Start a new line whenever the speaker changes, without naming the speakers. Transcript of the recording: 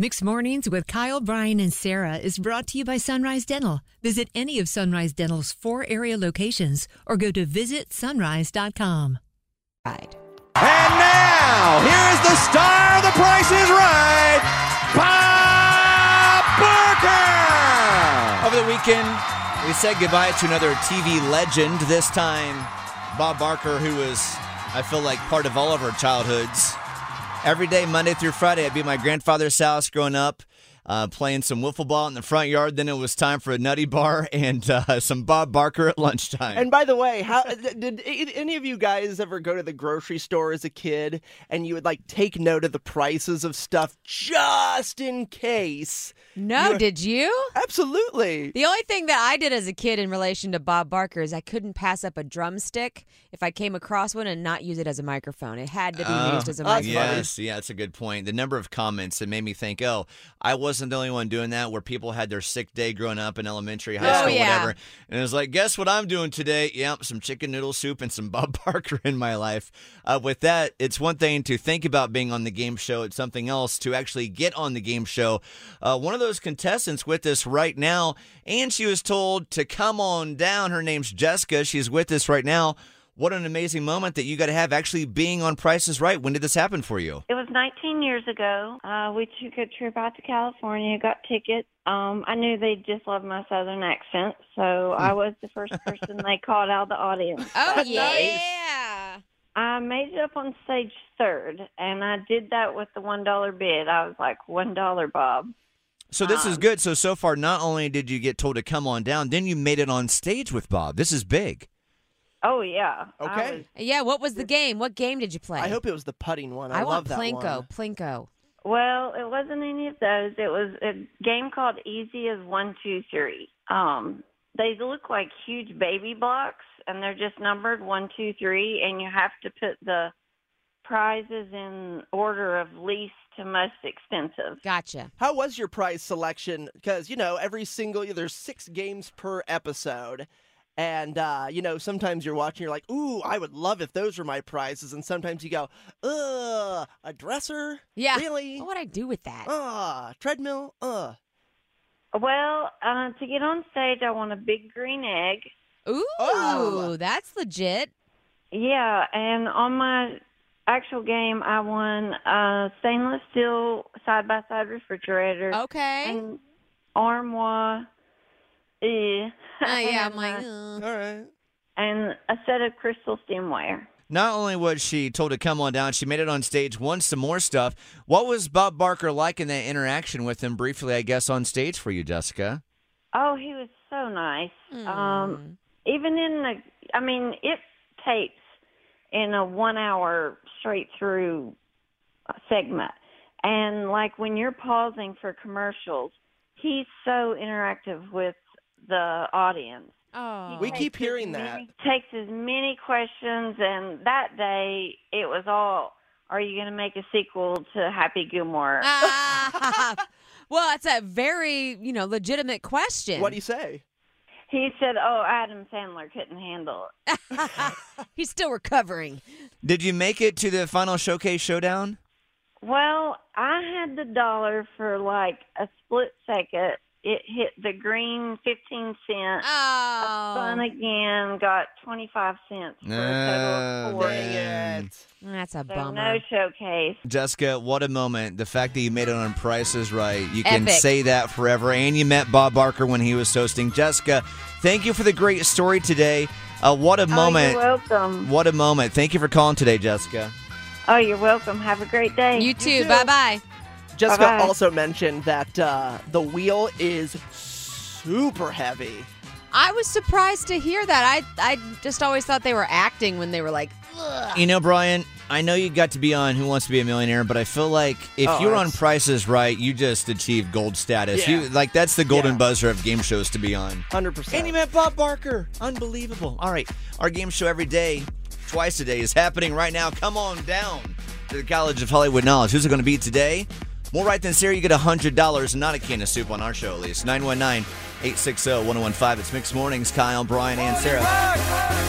Mixed Mornings with Kyle, Brian, and Sarah is brought to you by Sunrise Dental. Visit any of Sunrise Dental's four area locations or go to visitsunrise.com.
Right.
And now, here is the star of The Price is Right, Bob Barker! Over the weekend, we said goodbye to another TV legend, this time Bob Barker, who was, I feel like, part of all of our childhoods. Every day, Monday through Friday, I'd be at my grandfather's house growing up, uh, playing some wiffle ball in the front yard. Then it was time for a nutty bar and uh, some Bob Barker at lunchtime.
And by the way, how did a- any of you guys ever go to the grocery store as a kid and you would like take note of the prices of stuff just in case?
No, did you?
Absolutely.
The only thing that I did as a kid in relation to Bob Barker is I couldn't pass up a drumstick if I came across one and not use it as a microphone. It had to be used as a microphone.
Oh, that's
Yes.
funny.
Yes.
Uh, Yes, yeah, that's a good point. The number of comments that made me think, oh, I wasn't the only one doing that, where people had their sick day growing up in elementary, high
Oh,
school,
yeah.
whatever. And it was like, guess what I'm doing today? Yep, some chicken noodle soup and some Bob Barker in my life. Uh, with that, it's one thing to think about being on the game show, it's something else to actually get on the game show. Uh, one of those contestants with us right now, and she was told to come on down. Her name's Jessica. She's with us right now. What an amazing moment that you got to have actually being on Price is Right. When did this happen for you?
It was 19 years ago. Uh, we took a trip out to California, got tickets. Um, I knew they just loved my southern accent, so I was the first person they called out of the audience.
Oh
that day.
yeah.
I made it up on stage third, and I did that with the one dollar bid. I was like one dollar, Bob.
So this is
Um,
good. So so far, not only did you get told to come on down, then you made it on stage with Bob. This is big.
Oh yeah. I
Okay.
was-
Yeah, what was the game? What game did you play?
I hope it was the putting one. I,
I, want
love that
Plinko.
one.
Plinko.
well, it wasn't any of those. It was a game called Easy as One Two Three. Um, they look like huge baby blocks, and they're just numbered one, two, three, and you have to put the prizes in order of least to most expensive.
Gotcha.
How was your prize selection? Because you know, every single there's six games per episode. And uh, you know, sometimes you're watching, you're like, "Ooh, I would love if those were my prizes." And sometimes you go, "Ugh, a dresser?
Yeah.
really?
What would I do with that?
Ah, treadmill? Uh."
Well, uh, to get on stage, I want a big green egg.
Ooh,
Oh.
that's legit.
Yeah, and on my actual game, I won a stainless steel side by side refrigerator
Okay.
and armoire. Eh.
Uh, yeah, I'm
and,
like,
uh,
"Ugh."
All right.
and a set of crystal stemware.
Not only was she told to come on down, she made it on stage, won some more stuff. What was Bob Barker like in that interaction with him briefly, I guess, on stage for you, Jessica?
Oh, he was so nice.
Hmm.
Um, even in the, I mean, it tapes in a one hour straight through segment. And like when you're pausing for commercials, he's so interactive with the audience.
oh.
We keep
Takes as
hearing that.
many- Takes as many questions. And that day, it was all, are you going to make a sequel to Happy Gilmore?
Uh, Ah. well, it's a very, you know, legitimate question.
What do you say?
He said, oh, Adam Sandler couldn't handle it.
He's still recovering.
Did you make it to the final showcase showdown?
Well, I had the dollar for like a split second. It hit the green 15 cents. Spun
Oh.
again, got 25 cents for a total of
Oh,
40.
man.
That's a
So
bummer.
no showcase.
Jessica, what a moment. The fact that you made it on Price is Right. You can
Epic.
say that forever. And you met Bob Barker when he was hosting. Jessica, thank you for the great story today. Uh, what a moment.
Oh, you're welcome.
What a moment. Thank you for calling today, Jessica.
Oh, you're welcome. Have a great day.
You too.
too.
Bye bye.
Jessica
Bye-bye.
also mentioned that uh, the wheel is super heavy.
I was surprised to hear that. I I just always thought they were acting when they were like,
Ah.
You know, Brian, I know you got to be on Who Wants to Be a Millionaire, but I feel like if
Oh,
you're on
that's-
Price is Right, you just achieved gold status.
Yeah.
You like that's the golden
Yeah.
buzzer of game shows to be on.
100%.
And you met Bob Barker. Unbelievable. All right. Our game show every day, twice a day, is happening right now. Come on down to the College of Hollywood Knowledge. Who's it going to be today? More right than Sarah, you get $100, not a can of soup on our show, at least. 919 oh, 860 1015. It's Mixed Mornings, Kyle, Brian, and Sarah.